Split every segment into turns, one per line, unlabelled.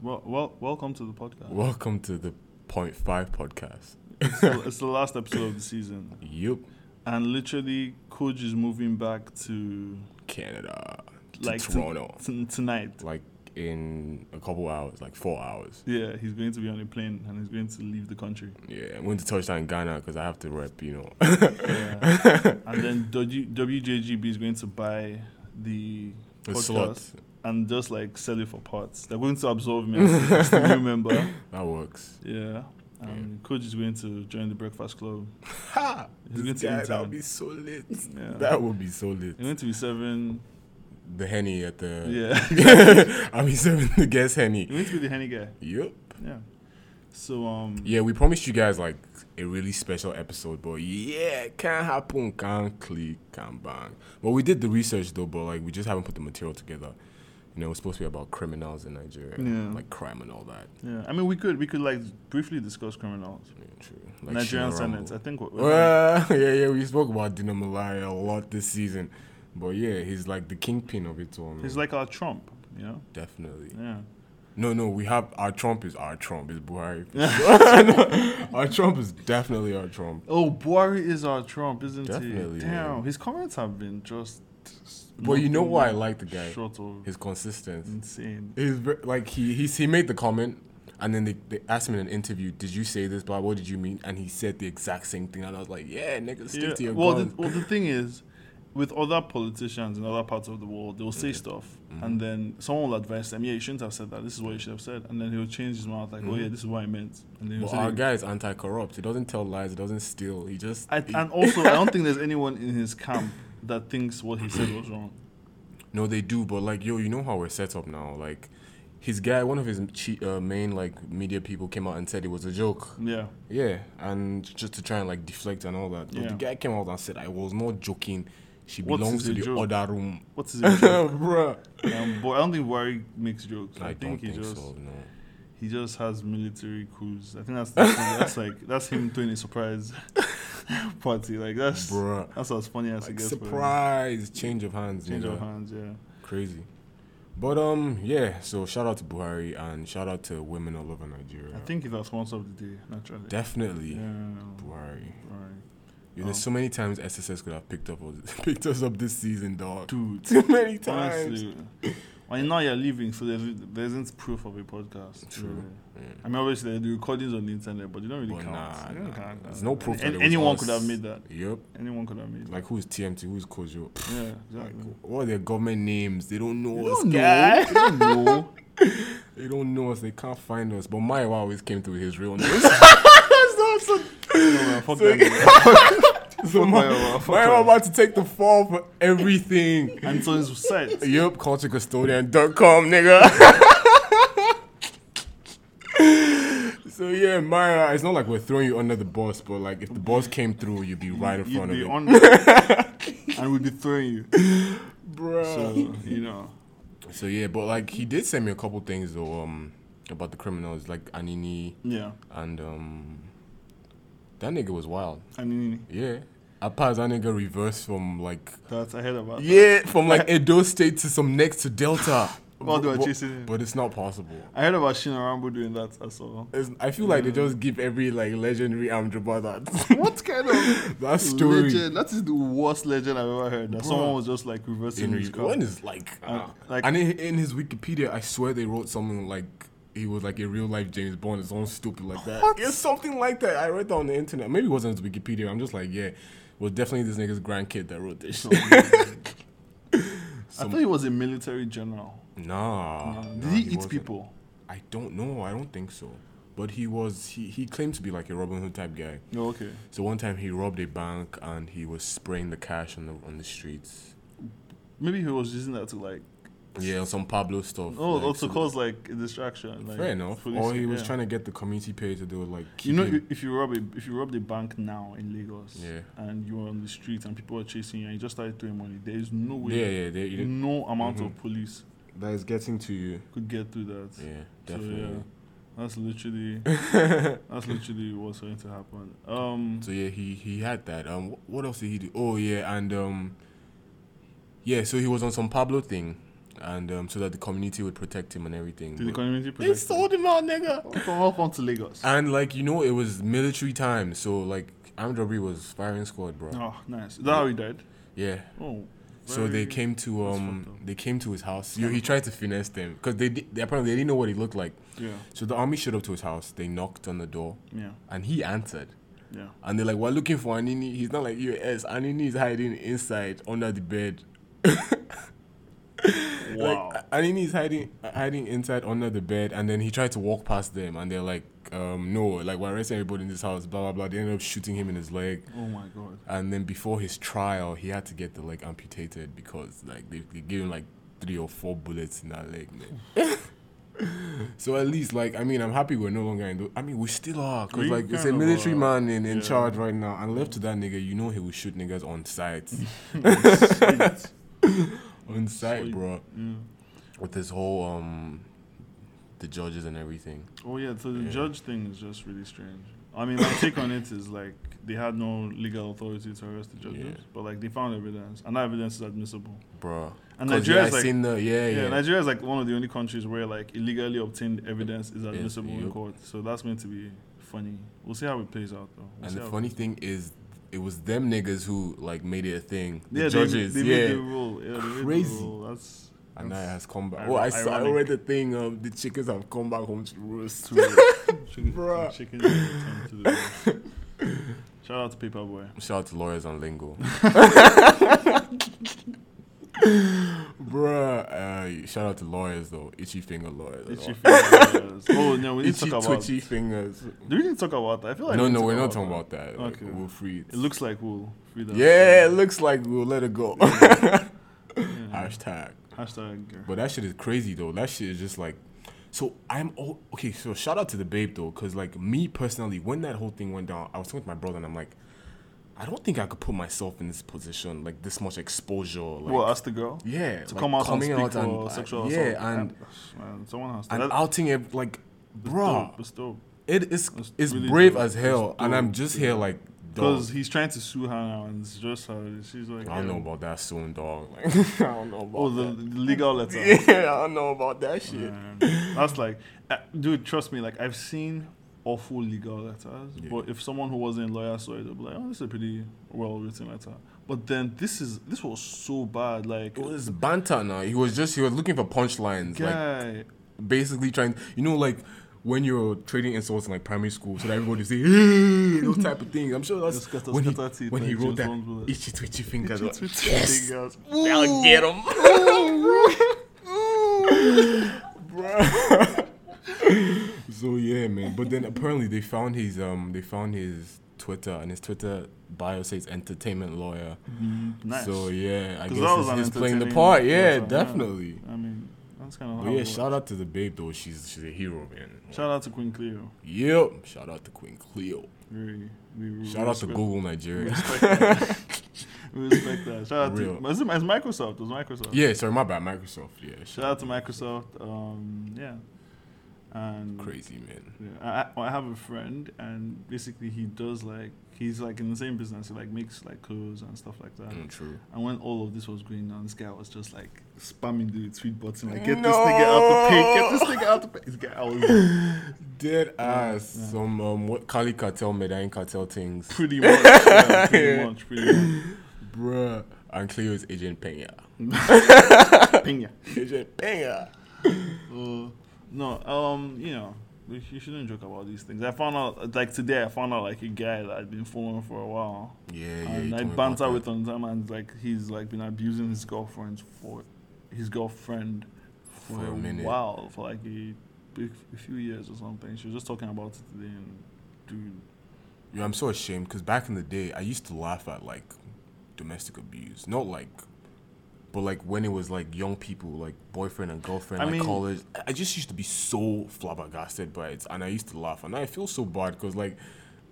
Well, well, welcome to the podcast.
Welcome to the Point Five podcast.
It's the, it's the last episode of the season,
Yup,
and literally, Coach is moving back to
Canada to
like to-
Toronto,
t- tonight.
like in a couple hours, like four hours.
Yeah, he's going to be on a plane and he's going to leave the country.
Yeah, I'm going to touchdown Ghana because I have to rep. You know,
Yeah. and then W- WJGB is going to buy the
the
Podcast.
slot
and just like sell it for parts. They're going to absorb me as, as the new member.
that works.
Yeah. And Coach is going to join the Breakfast Club.
Ha!
He's going to intern.
so lit.
Yeah.
That would be so lit.
He's going to be serving.
The henny at the
Yeah.
I mean, serving the guest
He's
henny.
going to be the Henny guy.
Yup.
Yeah. So um
Yeah, we promised you guys like a really special episode, but yeah, it can't happen, can't click, can't bang. But we did the research though, but like we just haven't put the material together. You know, it's supposed to be about criminals in Nigeria,
Yeah.
like crime and all that.
yeah, I mean we could we could like briefly discuss criminals.
Yeah, true. Like
Nigerian
Shinarambo.
sentence. I think what
Well, yeah, yeah, we spoke about Dino Malaya a lot this season, but yeah, he's like the kingpin of it all.
he's
man.
like our Trump, you know?
definitely.
Yeah.
No, no, we have our Trump is our Trump is Buhari. No, our Trump is definitely our Trump.
Oh, Buhari is our Trump, isn't
Definitely,
he? Damn,
man.
his comments have been just.
But you know why I like the guy?
Short of
His consistency.
insane.
He's ver- like he he's, he made the comment, and then they, they asked him in an interview, "Did you say this? Blah. What did you mean?" And he said the exact same thing, and I was like, "Yeah, nigga, stick
Yeah,
to your
well, the,
guns."
well, the thing is, with other politicians in other parts of the world, they will say stuff,
Mm-hmm.
and then someone will advise them, "Yeah, you shouldn't have said that. This is what you should have said." And then he'll change his mouth, like, "Oh yeah, this is what I meant." And then he'll
Mm-hmm. But
say,
our guy is anti-corrupt. He doesn't tell lies. He doesn't steal. He just
I,
he-
and also, I don't think there's anyone in his camp that thinks what he said was wrong.
No, they do, but like, yo, you know how we're set up now. Like, his guy, one of his che- uh, main like media people came out and said it was a joke.
Yeah,
Yeah, and just to try and like deflect and all that. But
Yeah.
the guy came out and said, "I was not joking. She
What is
belongs to
a
the
joke?"
other room."
what's his? name?
Bruh.
um, but I don't think Buhari makes jokes. I,
I don't
think he
think
just
so. No.
he just has military coups. I think that's that's, that's like that's him doing a surprise party. Like that's
Bruh.
that's as funny as it
Like
gets. for him.
surprise change of hands.
Change
nigga.
of hands, yeah.
Crazy. But um, yeah. So shout out to Buhari and shout out to women all over Nigeria.
I think that's once of the day, naturally.
definitely
yeah. Um,
Buhari.
Right.
Yo, there's so many times SSS could have picked up us, picked us up this season, dog.
Dude,
Too many
honestly. Well, now you're leaving, so there's, there isn't proof of a podcast.
True.
really.
Yeah.
I mean, obviously, there are the recordings on the internet, but you don't really
But
count.
nah,
You don't
nah,
count
there's
that.
no proof
Any-
that it was
anyone
us.
could have made that.
Yep.
Anyone could have made that.
Like who's TMT? Who's Kojo?
yeah,
Like
exactly.
what are their government names? They don't know
You
us.
don't
guy.
know. You don't know.
They don't know us. They can't find us. But Maiwa always came through his real name. so
No, man, fuck that nigga.
so Ma-
Maiwa, fuck
Maiwa
her.
about to take the fall for everything.
And so his site.
Yep, culturecustodian.com, nigga. so yeah, Maya, it's not like we're throwing you under the bus, but like if the bus came through, you'd be right in
You'd
front
be
of it.
on there, and we'd be throwing you. So,
Bruh.
you know.
So, yeah, but like he did send me a couple things though, um, about the criminals, like Anini
Yeah.
and um that nigga was wild.
I mean,
Yeah. Apart that nigga reversed from like
that's I heard about that.
Yeah, from like Edo State to some next to Delta.
While they were
But-
chasing him.
but it's not possible.
I heard about Shina Rambo doing that as well.
It's, I feel like they just give every like legendary Amdraba that
What kind of
that story.
legend? That is the worst legend I've ever heard. That
Bruh.
someone was just like reversing
In
his
re-
car.
when is like,
Uh,
uh,
like-
and in, in his Wikipedia, I swear they wrote something like he was like a real life James Bond or something stupid like that. It's something like that. I read that on the internet. Maybe it wasn't his Wikipedia. I'm just like, yeah, it was definitely this nigga's grandkid that wrote this.
So,
shit.
I thought he was a military general.
nah,
Did
Uh, nah,
he, eat
wasn't.
people?
I don't know. I don't think so. But he was he, he claimed to be like a Robin Hood type guy.
No, okay.
So one time he robbed a bank and he was spraying the cash on the on the streets.
Maybe he was using that to like.
Yeah, on some Pablo stuff.
Oh,
like,
also
so-
cause like a distraction. Like,
Fair enough.
police-
Or he was
yeah.
trying to get the community page to do like.
You know,
keep him-
i- if you rob a if you rob the bank now in Lagos,
Yeah.
and you're on the street and people are chasing you and you just started throwing money, there is no way,
yeah, yeah, they, you-
no amount of
Mhm.
police
that is getting to you.
could get through that.
Yeah,
So, yeah,
definitely.
that's literally that's literally what's going to happen. Um,
So yeah, he he had that. Um, wh- what else did he do? Oh yeah, and um, yeah. So he was on some Pablo thing. and um, so that the community would protect him and everything.
Did the
But-
community
they
protect
sold him out, nigga.
him? From Welcome to Lagos.
And like you know, it was military time, so like armed robbery was firing squad, bro.
Oh, nice. Is that how he died?
Yeah.
Oh.
So they
very-
came to
That's
um
fucked
they came to his house. Yo, he tried to finesse them because they, di- they apparently they didn't know what he looked like.
Yeah,
So the army showed up to his house. They knocked on the door
yeah,
and he answered.
yeah.
And they're like, "We're looking for Anini." He's not like US. Anini is hiding inside under the bed.
Wow.
Like Anini is hiding hiding inside under the bed, and then he tried to walk past them, and they're like, um, "No, like we're arresting everybody in this house." Blah blah blah. They ended up shooting him in his leg.
oh my god.
and then before his trial, he had to get the leg amputated because like they, they gave him like three or four bullets in that leg, man. so at least like I mean I'm happy we're no longer in. The, I mean we still are because
We
like it's a
kind of
military
are,
man in, in
yeah.
charge right now. And left to that nigga, you know he will shoot niggas on sight,
Shit.
on sight,
Sweet.
bro.
yeah.
With his whole um, the judges and everything.
Oh yeah. So the
Yeah.
judge thing is just really strange. I mean, my take on it is like they had no legal authority to arrest the judges,
Yeah.
but like they found evidence, and that evidence is admissible.
Bro,
And
'Cause, yeah,
Nigeria
I
is like,
seen the yeah,
yeah,
yeah,
Nigeria is like one of the only countries where like illegally obtained evidence is admissible in
yep.
court. So that's meant to be funny. We'll see how it plays out though. We'll
And
see
the
how it
funny thing is, it was them niggas who like made it a thing. The
yeah, they-
judges,
they,
yeah.
Made the rule. yeah, they made the
Crazy.
rule. That's
and now it has come back.
ir-
Oh, I saw. I
ironic.
read the thing. Um, the chickens have come back home to roost.
Chicken,
Bruh.
chicken return to the roost. Shout out to Paperboy.
Shout out to lawyers on lingo. Bruh, uh, shout out to lawyers though. Itchy finger lawyers. and
Itchy
all.
fingers. Oh no, we need
Uh, Itchy
to talk about.
twitchy fingers.
Do we need to talk about that? I feel like
No,
we need
no,
to
we're not
talk
talking about that. Like,
Okay.
We'll free it.
It looks like we'll free that.
yeah, it looks like we'll let it go.
Yeah.
Hashtag.
Hashtag.
But that shit is crazy though. That shit is just like, so I'm all okay. So shout out to the babe though, because like me personally, when that whole thing went down, I was talking to my brother and I'm like, I don't think I could put myself in this position, like this much exposure. Like,
well, ask the girl.
yeah,
to
like,
come out
coming
and speak for
uh,
sexual
yeah,
assault.
and
man, someone has to.
and
that-
outing it like,
that's
bro,
dope, that's dope.
it is
That's
it's
really
brave
dope.
as hell,
That's
and I'm
dope,
just
yeah.
here like, dog.
Because he's trying to sue her now, and it's just her. She's like,
I don't
yeah.
know about that soon, dog. Like, I don't know about
Oh, the, the legal letter.
that. Yeah, I don't know about that shit.
Man, that's like, uh, dude, trust me. Like, I've seen awful legal letters,
Yeah.
but if someone who wasn't a lawyer saw it, they'd be like, "Oh, this is a pretty well-written letter." But then this is this was so bad. Like,
It was banter now. He was just he was looking for punchlines, like
guy,
basically trying. You know, like when you're trading insults in like primary school, so that everybody say hey, those type of things. I'm sure that's
Just cut-
when he,
cut it,
when he
like
wrote
James
that
Bond bullet.
itchy twitchy fingers.
Itchy twitchy
yes,
fingers.
I'll get him, so yeah, man. But then apparently they found his um they found his Twitter and his Twitter bio says entertainment lawyer.
nice.
So yeah, I
'Cause
guess
that was
he's,
an
he's playing the
entertaining
part. Yeah,
letter, yeah.
definitely.
I mean, that's kind of.
But yeah, shout out to the babe though. She's she's a hero, man.
Shout out to Queen Cleo.
Yep. Shout out to Queen Cleo.
Very, we, we
Shout out to
respect-
Google
We
Nigeria.
respect that. we respect that. Shout out
Real.
to. Is, it, is Microsoft? It was Microsoft?
Yeah, sorry, my bad. Microsoft. Yeah.
Shout out to Microsoft. Um, yeah. And
Crazy man.
Yeah, I- I, I have a friend, and basically he does like he's like in the same business. He like makes like clothes and stuff like that.
Mm, true.
And when all of this was going on, this guy was just like spamming the tweet button, like get this nigga out the pay, get this nigga out the pay. This guy, I was
Dead ass.
yeah.
Some um what Kali cartel, Medellin cartel things.
pretty much, yeah, pretty
Yeah.
much, pretty much.
Bruh. And Cleo's Agent Pena.
Pena.
Agent Pena.
Uh, no, um, you know, we- you shouldn't joke about these things. I found out like today. I found out like a guy that I'd been following for a while.
Yeah, yeah. you
and I
told me
banter
about
with
that.
on time and like he's like been abusing his girlfriend for his girlfriend for,
For a
a,
minute.
while for like a, big- a few years or something. She was just talking about it today and dude,
Yeah, I'm so ashamed because back in the day, I used to laugh at like domestic abuse, not like, but like when it was like young people, like boyfriend and girlfriend,
I
like
mean-
college. I- I just used to be so flabbergasted by it, and I used to laugh, and I feel so bad because like.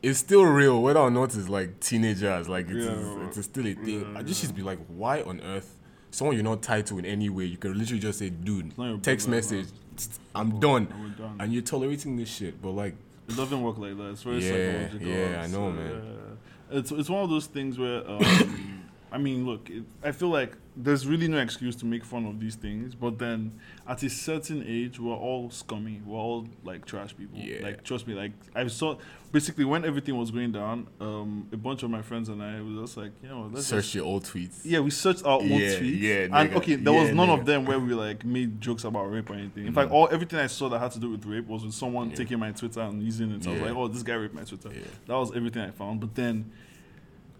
It's still real, whether or not it's like teenagers, like it's,
Yeah. Mm.
it's still a thing. I just used to be like, why on earth, someone you're not tied to in any way, you can literally just say, dude,
not your
text
brother,
message, I'm done,
we're done.
and you're tolerating this shit. But like,
It doesn't work like that. It's very
Yeah,
psychological.
yeah, I
It's,
know,
uh,
man.
It's it's one of those things where um, I I mean, look, it, I feel like there's really no excuse to make fun of these things. But then, at a certain age, we're all scummy. We're all like trash people.
Yeah.
Like trust me. Like I saw, basically when everything was going down, um, a bunch of my friends and I was just like, you know, let's just-
Search your old tweets.
yeah, we searched our old
Yeah,
tweets.
yeah,
and
nigga.
okay, there was
Yeah,
none of
nigga. Mm.
them where we like made jokes about rape or anything. In fact, all everything I saw that had to do with rape was with someone taking my Twitter and using it. So I
Yeah.
was like, oh, this guy raped my Twitter.
Yeah.
That was everything I found. But then,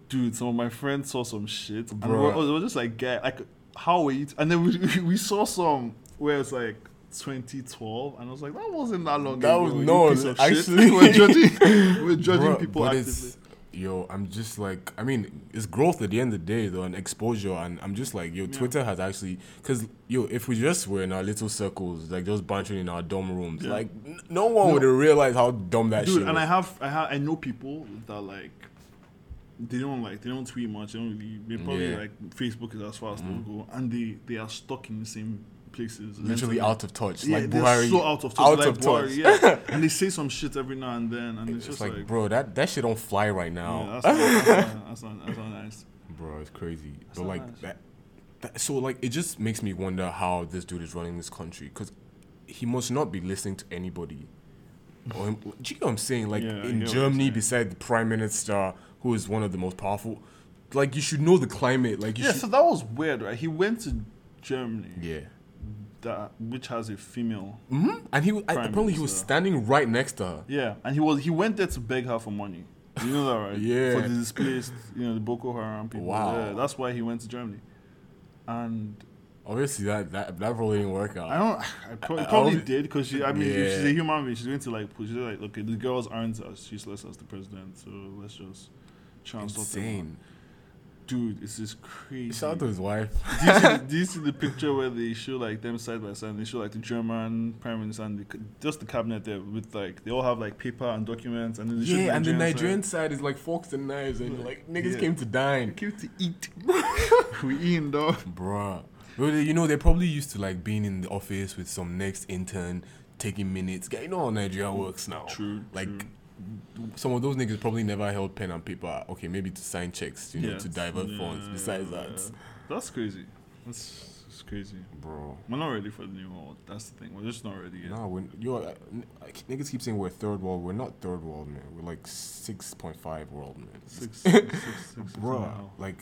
dude, some of my friends saw some shit, and we
Bruh.
were, we were just like, guy, like, how were you? T-? And then we we saw some where it's like. 2012, and I was like, that wasn't that long
That
ago.
was
you
no,
piece of
actually-
shit. we're judging, we're judging
Bruh,
people
but
actively.
it's- Yo, I'm just like, I mean, it's growth at the end of the day, though, and exposure. And I'm just like, yo, Twitter has actually, because, yo, if we just were in our little circles, like just bantering in our dumb rooms,
Yeah.
like, n- no one would have realized how dumb that
dude
shit
and
was.
i have i have i know people that like they don't like they don't tweet much they don't really they probably
Yeah. Mm.
like facebook is as far as they'll go and they they are stuck in the same places
Literally
mentally.
out of touch.
yeah,
like,
they're
Buhari,
so out of touch
Out
like
of touch.
Buhari, yeah and they say some shit every now and then and it's,
It's
just
like,
like,
bro, that, that shit don't fly right now.
yeah, that's, not, that's, not, that's, not, that's not nice
Bro, it's crazy. but
not
like
nice.
that, that, so like it just makes me wonder how this dude is running this country because he must not be listening to anybody. Or, do you know what I'm saying? Like
Yeah, I get what
in
you're
Germany,
saying.
beside the prime minister, who is one of the most powerful, like you should know the climate. Like you
yeah
should.
so that was weird right he went to germany
yeah.
that which has a female
hmm And he was, I,
Prime
apparently he was
Minister.
standing right next to her.
Yeah, and he was he went there to beg her for money. You know that, right?
Yeah.
For the displaced, you know, the Boko Haram people.
Wow.
Yeah, that's why he went to Germany. And
Obviously, that that that probably didn't work
I
out.
don't. I pro-
I- I
probably
don't-
did because she. I mean, if she's a
Yeah.
human being. She's going to like. She's like, okay, the girls aren't as useless as the president, so let's just try and stop them.
Insane.
Dude, it's just crazy.
Shout out to his wife.
do, you see the, do you see the picture where they show like them side by side? and They show like the German prime minister and the, c- just the cabinet there with like they all have like paper and documents, and then they show
Yeah, and the
side.
Nigerian side is like forks and knives, and like niggas
Yeah.
came to dine.
came to eat. we eating though.
Bruh. Well, they- you know, they're probably used to like being in the office with some next intern taking minutes. Guy, You know how Nigeria works now.
True,
Like,
true.
some of those niggas probably never held pen and paper. Okay, maybe to sign checks, you know,
Yeah.
to divert
Yeah.
funds. Besides that,
That's crazy. That's, that's crazy.
bro.
We're not ready for the new world. That's the thing. We're just not ready yet.
Nah, when you're uh, n- like, niggas keep saying we're third world. We're not third world, man. We're like six point five world, man.
Six, six, six, six, six
Bruh,
now.
like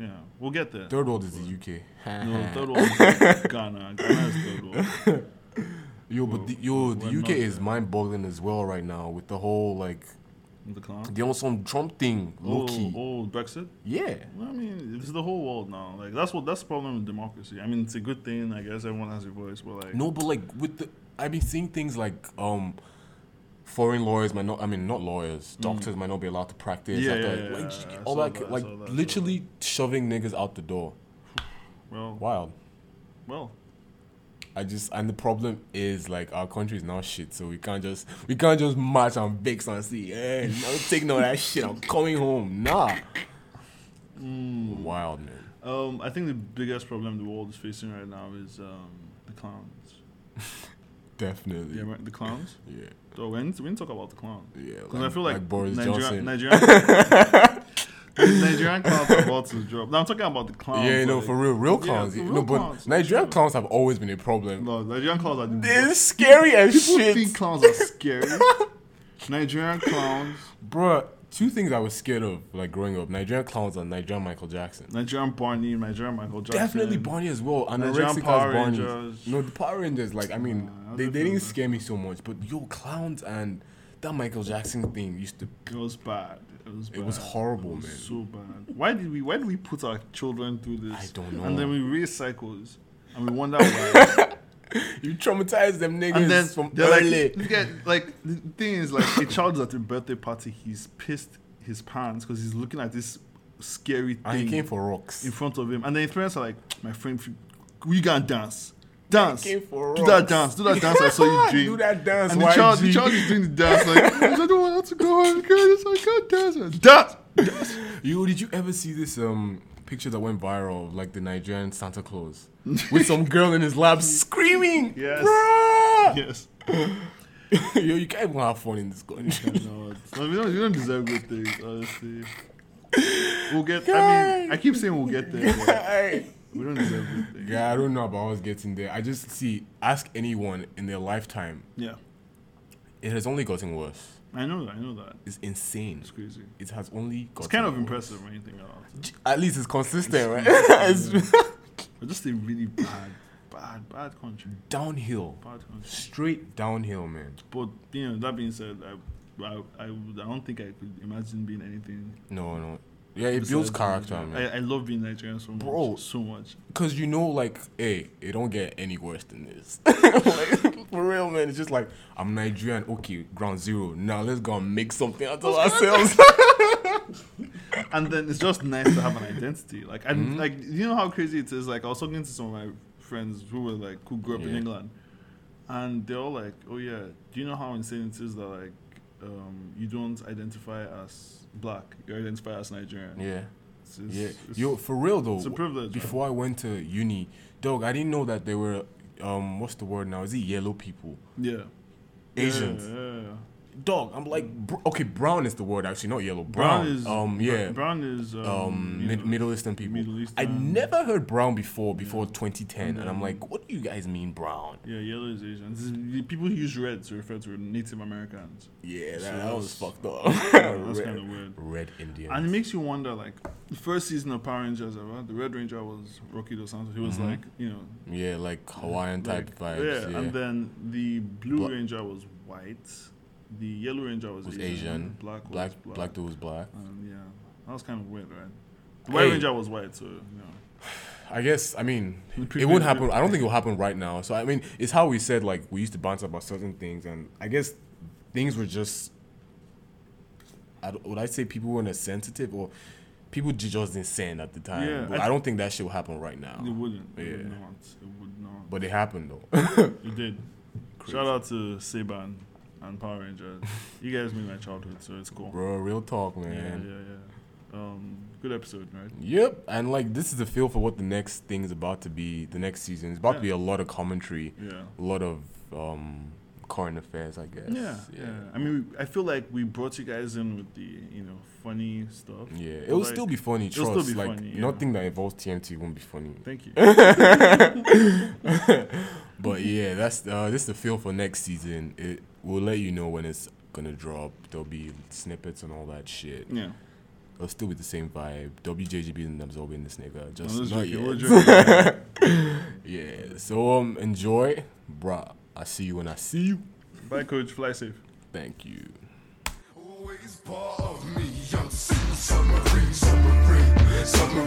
Yeah, we'll get there.
third world is the UK.
no, third world. is Ghana. Ghana is third world.
Yo, but
Well,
the, yo, the
we're
UK
not
is
there.
mind-boggling as well right now with the whole like
The clown.
They on some Trump thing, low
Oh,
key.
oh, Brexit.
Yeah.
Well, I mean, it's the whole world now. Like that's what that's the problem with democracy. I mean, it's a good thing. I guess everyone has a voice, but like,
No, but like with the, I've been seeing things like um, foreign lawyers might not. I mean, not lawyers. Doctors might not be allowed to practice.
Mm. Yeah,
after,
yeah, yeah,
like,
yeah, I
all
saw
that,
that, I
like
saw that, I saw
literally shoving niggas out the door.
well,
Wild.
well,
I just and the problem is like our country is now shit, so we can't just we can't just march and vix and see. Hey, I'm taking all that shit. I'm coming home. Nah.
Mm.
Wild man.
Um, I think the biggest problem the world is facing right now is um, the clowns.
Definitely.
Yeah, right, the clowns.
yeah.
So we need, to, we need to talk about the clowns.
Yeah,
Because I feel like,
Boris
Nigerian,
Johnson.
Nigerian, Nigerian clowns are about to drop. No, I'm talking about the clowns.
Yeah, no,
like-
for real, real
Yeah,
clowns.
for
yeah,
real
no, but
clowns, for
Nigerian
sure.
clowns have always been a problem.
No, Nigerian clowns are.
It's scary as
people
shit,
think clowns are scary. Nigerian clowns,
Bruh, Two things I was scared of, like growing up: Nigerian clowns and Nigerian Michael Jackson.
Nigerian Barney, Nigerian Michael Jackson.
Definitely Barney as well.
Nigerian
Anorexic
Power
as Barney.
Rangers.
No, the Power Rangers. Like, I mean,
Nah, I
they, they
definitely-
didn't scare me so much. But yo, clowns and that Michael Jackson thing used to.
It was bad. It was. Bad.
It was horrible,
It was
man.
So bad. Why did we? Why did we put our children through this?
I don't know.
And then we raise cycles, and we wonder why.
You traumatized them niggas
and then
from
they're
early.
like, yeah, like the thing is, like a child is at a birthday party, he's pissed his pants because he's looking at this scary
and he
thing
came for rocks.
in front of him, and then his parents are like, "My friend, we can dance." Dance.
came for
Do that
rocks.
dance. Do that dance. I saw you doing.
Do that dance,
And the child, the
YG.
child is doing the dance. Like, I don't want to go. I can't, I can't dance. Dance.
Yo, did you ever see this um picture that went viral of like the Nigerian Santa Claus with some girl in his lap screaming?
Yes.
Bruh!
Yes.
Yo, you can't even have fun in this country.
No, it's- no, we don't. We don't deserve good things, honestly. We'll get. I mean, I keep saying we'll get there. but
Hey.
we don't deserve this thing.
Yeah, I don't know about us getting there. I just see, ask anyone in their lifetime,
Yeah,
it has only gotten worse.
I know that. I know that.
It's insane.
It's crazy.
It has only gotten
It's kind of
worse.
impressive when you think about it.
At least it's consistent, right?
consistent,
it's
But just a really bad, bad, bad country.
downhill.
Bad country.
Straight downhill, man.
But you know, that being said, I, I, I, would- I don't think I could imagine being anything.
No, no. Yeah, it builds
besides
character,
Nigeria.
man.
I, I love being Nigerian so much.
Bro.
so much.
Because you know, like, hey, it don't get any worse than this. Like, for real, man. It's just like, I'm Nigerian. Okay, ground zero. Now let's go and make something out of ourselves.
and then it's just nice to have an identity. Like and
Mm-hmm.
like you know how crazy it is. Like I was talking to some of my friends who were like who grew up in
Yeah.
England, and they're all like, "Oh yeah, do you know how insane it is that like um, you don't identify as black, you identify as Nigerian."
yeah.
It's, it's-
Yeah,
it's-
yo, for real though.
it's a privilege,
Before I went to uni, dog, I didn't know that there were, um, what's the word now? Is it yellow people,
yeah,
Asians?
Yeah, yeah, yeah.
Dog, I'm like, br- okay, brown is the word actually, not yellow. Brown,
Brown, is
um,
br-
yeah,
Brown is um,
um,
you
mid-
know,
Middle Eastern people.
Middle
I
Eastern.
never heard brown before before 2010, and I'm
Mhm.
like, what do you guys mean brown?
yeah, yellow is Asian. This is- the People use red to refer to Native Americans.
Yeah,
So
that, that was
that's-
fucked up.
that's kind of weird.
Red Indian.
And it makes you wonder, like, the first season of Power Rangers ever, the Red Ranger was Rocky Dos Santos. He was
Mhm.
like, you know,
yeah, like Hawaiian type
like,
vibes. Yeah,
And then the Blue
Bla-
Ranger was white, the Yellow Ranger was,
was
Asian,
Asian.
black was
black,
black, Uh,
black, dude was black.
And yeah, that was kind of weird, right? The White
Hey.
Ranger was white, so you know,
I guess I mean
The
it
previous-
won't happen. I don't think it will happen right now. So I mean, it's how we said like we used to bounce about certain things, and I guess things were just. I don't- would I say people weren't as sensitive, or people ju- just didn't send at the time?
Yeah,
but
I
I, don't think that shit will happen right now.
it wouldn't. It
Oh, Yeah.
would not. It would not.
But it happened though.
It did.
Crazy.
Shout out to Saban and Power Ranger. you guys made my childhood, so it's cool.
Bro, real talk,
Yeah, yeah,
man.
yeah. Um, good episode, right?
Yep, and like this is the feel for what the next thing is about to be. The next season is about to
Yeah.
be a lot of commentary,
Yeah.
a lot of um, current affairs, I guess.
Yeah, yeah. I mean, we, I feel like we brought you guys in with the you know funny stuff.
Yeah,
But,
it'll
like,
still be funny.
it'll
Trust,
still be
like
funny, yeah.
nothing that involves TMT won't be funny.
Thank you.
But yeah, that's uh, this is the feel for next season. It we'll let you know when it's gonna drop. There'll be snippets and all that shit.
Yeah,
It'll still be the same vibe. WJGB and absorbing this nigga. Just
this is
not
okay, we're
yet. yeah. So um, enjoy, bruh. I see you when I see you.
bye, coach. Fly safe.
Thank you.
Always part of me, I'm sea submarine, submarine, submarine.